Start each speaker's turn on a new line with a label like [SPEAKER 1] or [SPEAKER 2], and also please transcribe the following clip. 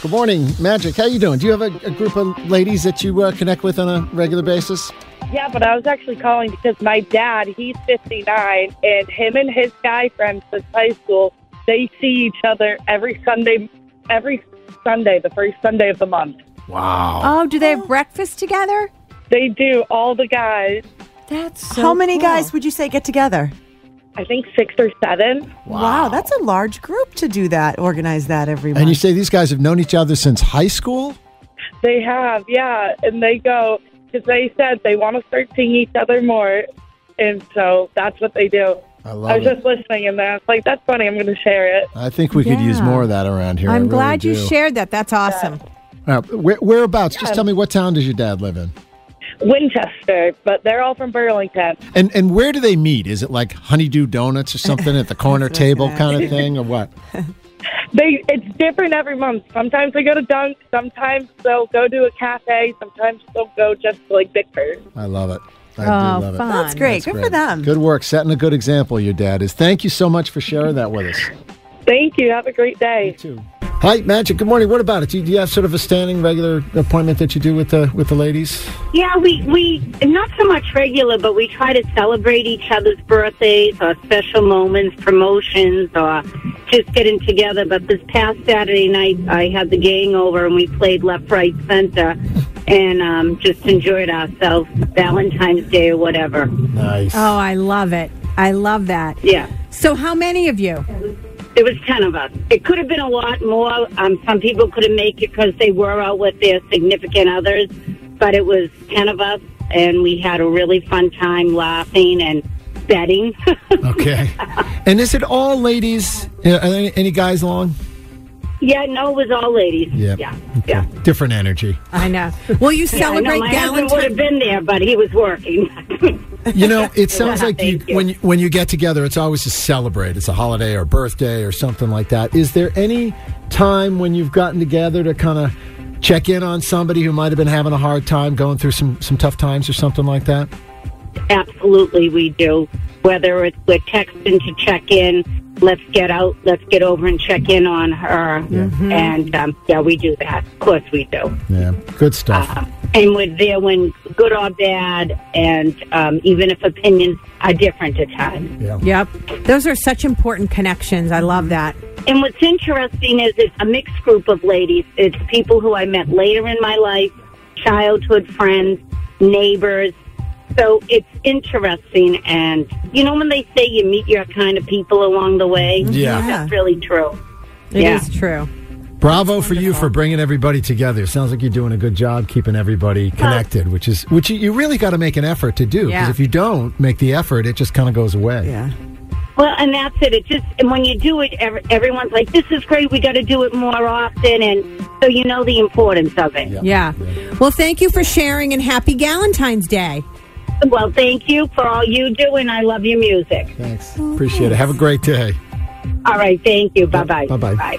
[SPEAKER 1] Good morning, Magic. How you doing? Do you have a, a group of ladies that you uh, connect with on a regular basis?
[SPEAKER 2] Yeah, but I was actually calling because my dad, he's 59, and him and his guy friends since high school, they see each other every Sunday, every Sunday, the first Sunday of the month.
[SPEAKER 1] Wow.
[SPEAKER 3] Oh, do they have breakfast together?
[SPEAKER 2] They do, all the guys,
[SPEAKER 3] That's
[SPEAKER 4] How many guys would you say get together?
[SPEAKER 2] I think six or seven.
[SPEAKER 4] Wow. Oh, that's a large group to do that, organize that every month.
[SPEAKER 1] And you say these guys have known each other since high school?
[SPEAKER 2] They have, yeah, and they go, because they said they want to start seeing each other more, and so that's what they do.
[SPEAKER 1] I
[SPEAKER 2] I
[SPEAKER 1] love
[SPEAKER 2] was
[SPEAKER 1] it.
[SPEAKER 2] just listening, and then I was like, that's funny, I'm going to share it.
[SPEAKER 1] I think we could use
[SPEAKER 3] Yeah.
[SPEAKER 1] more of that around here. I
[SPEAKER 3] I'm
[SPEAKER 1] really
[SPEAKER 3] glad you
[SPEAKER 1] do.
[SPEAKER 3] shared that. That's awesome.
[SPEAKER 1] Uh, where, whereabouts? Just tell me what town does your dad live in?
[SPEAKER 2] Winchester, but they're all from Burlington.
[SPEAKER 1] And and where do they meet? Is it like Honeydew Donuts or something at the corner table kind of thing, or what?
[SPEAKER 2] They it's different every month. Sometimes they go to Dunk, sometimes they'll go to a cafe, sometimes they'll go just to, like Bickford.
[SPEAKER 1] I love it. I
[SPEAKER 3] Oh,
[SPEAKER 1] do love it.
[SPEAKER 3] fun.
[SPEAKER 4] That's great. Good for
[SPEAKER 1] Great.
[SPEAKER 4] them.
[SPEAKER 1] Good work, setting a good example. Your dad is. Thank you so much for sharing that with us.
[SPEAKER 2] Thank you. Have a great day.
[SPEAKER 1] Hi, Magic. Good morning. What about it? Do you, do you have sort of a standing, regular appointment that you do with the with the ladies?
[SPEAKER 5] Yeah, we, we not so much regular, but we try to celebrate each other's birthdays or special moments, promotions, or just getting together. But this past Saturday night, I had the gang over and we played left, right, center, and um, just enjoyed ourselves Valentine's Day or whatever.
[SPEAKER 1] Nice.
[SPEAKER 3] Oh, I love it. I love that.
[SPEAKER 5] Yeah.
[SPEAKER 3] So, how many of you?
[SPEAKER 5] There was ten of us. It could have been a lot more. Um, some people couldn't make it because they were out with their significant others, but it was ten of us, and we had a really fun time laughing and betting.
[SPEAKER 1] Okay. and is it all ladies? Yeah, Are there any, any guys along?
[SPEAKER 5] yeah, no, it was all ladies.
[SPEAKER 1] Yep.
[SPEAKER 5] Yeah, yeah.
[SPEAKER 1] Different energy.
[SPEAKER 3] I know. Will you
[SPEAKER 5] I know
[SPEAKER 3] celebrate
[SPEAKER 5] my husband would have
[SPEAKER 3] Valentine's?
[SPEAKER 5] been there, but he was working.
[SPEAKER 1] You know, it sounds like you,
[SPEAKER 5] Thank you.
[SPEAKER 1] when you, when you get together, it's always to celebrate. It's a holiday or birthday or something like that. Is there any time when you've gotten together to kind of check in on somebody who might have been having a hard time, going through some some tough times or something like that?
[SPEAKER 5] Absolutely, we do. Whether it's we're texting to check in, let's get out, let's get over and check in on her, and um, yeah, we do that. Of course, we do.
[SPEAKER 1] Yeah, good stuff.
[SPEAKER 5] Um, and we're there when good or bad, and um, even if opinions are different at times.
[SPEAKER 1] yeah.
[SPEAKER 3] Yep. Those are such important connections. I love that.
[SPEAKER 5] And what's interesting is it's a mixed group of ladies. It's people who I met later in my life, childhood friends, neighbors. So it's interesting, and you know when they say you meet your kind of people along the way.
[SPEAKER 1] Yeah.
[SPEAKER 5] that's really true.
[SPEAKER 3] It is
[SPEAKER 5] yeah.
[SPEAKER 3] true.
[SPEAKER 1] Bravo for you for bringing everybody together. Sounds like you're doing a good job keeping everybody connected, which is which you- you really got to make an effort to do because
[SPEAKER 3] Yeah.
[SPEAKER 1] if you don't make the effort, it just kind of goes away.
[SPEAKER 4] yeah.
[SPEAKER 5] Well, and that's it. It just and when you do it, ev everyone's like, "This is great. We got to do it more often," and so you know the importance of it.
[SPEAKER 3] Yeah. Well, thank you for sharing and happy Valentine's Day.
[SPEAKER 5] Well, thank you for all you do, and I love your music.
[SPEAKER 1] Thanks. Appreciate it. Have a great day.
[SPEAKER 5] All right, thank you. Bye-bye.
[SPEAKER 1] Bye-bye.
[SPEAKER 5] Bye.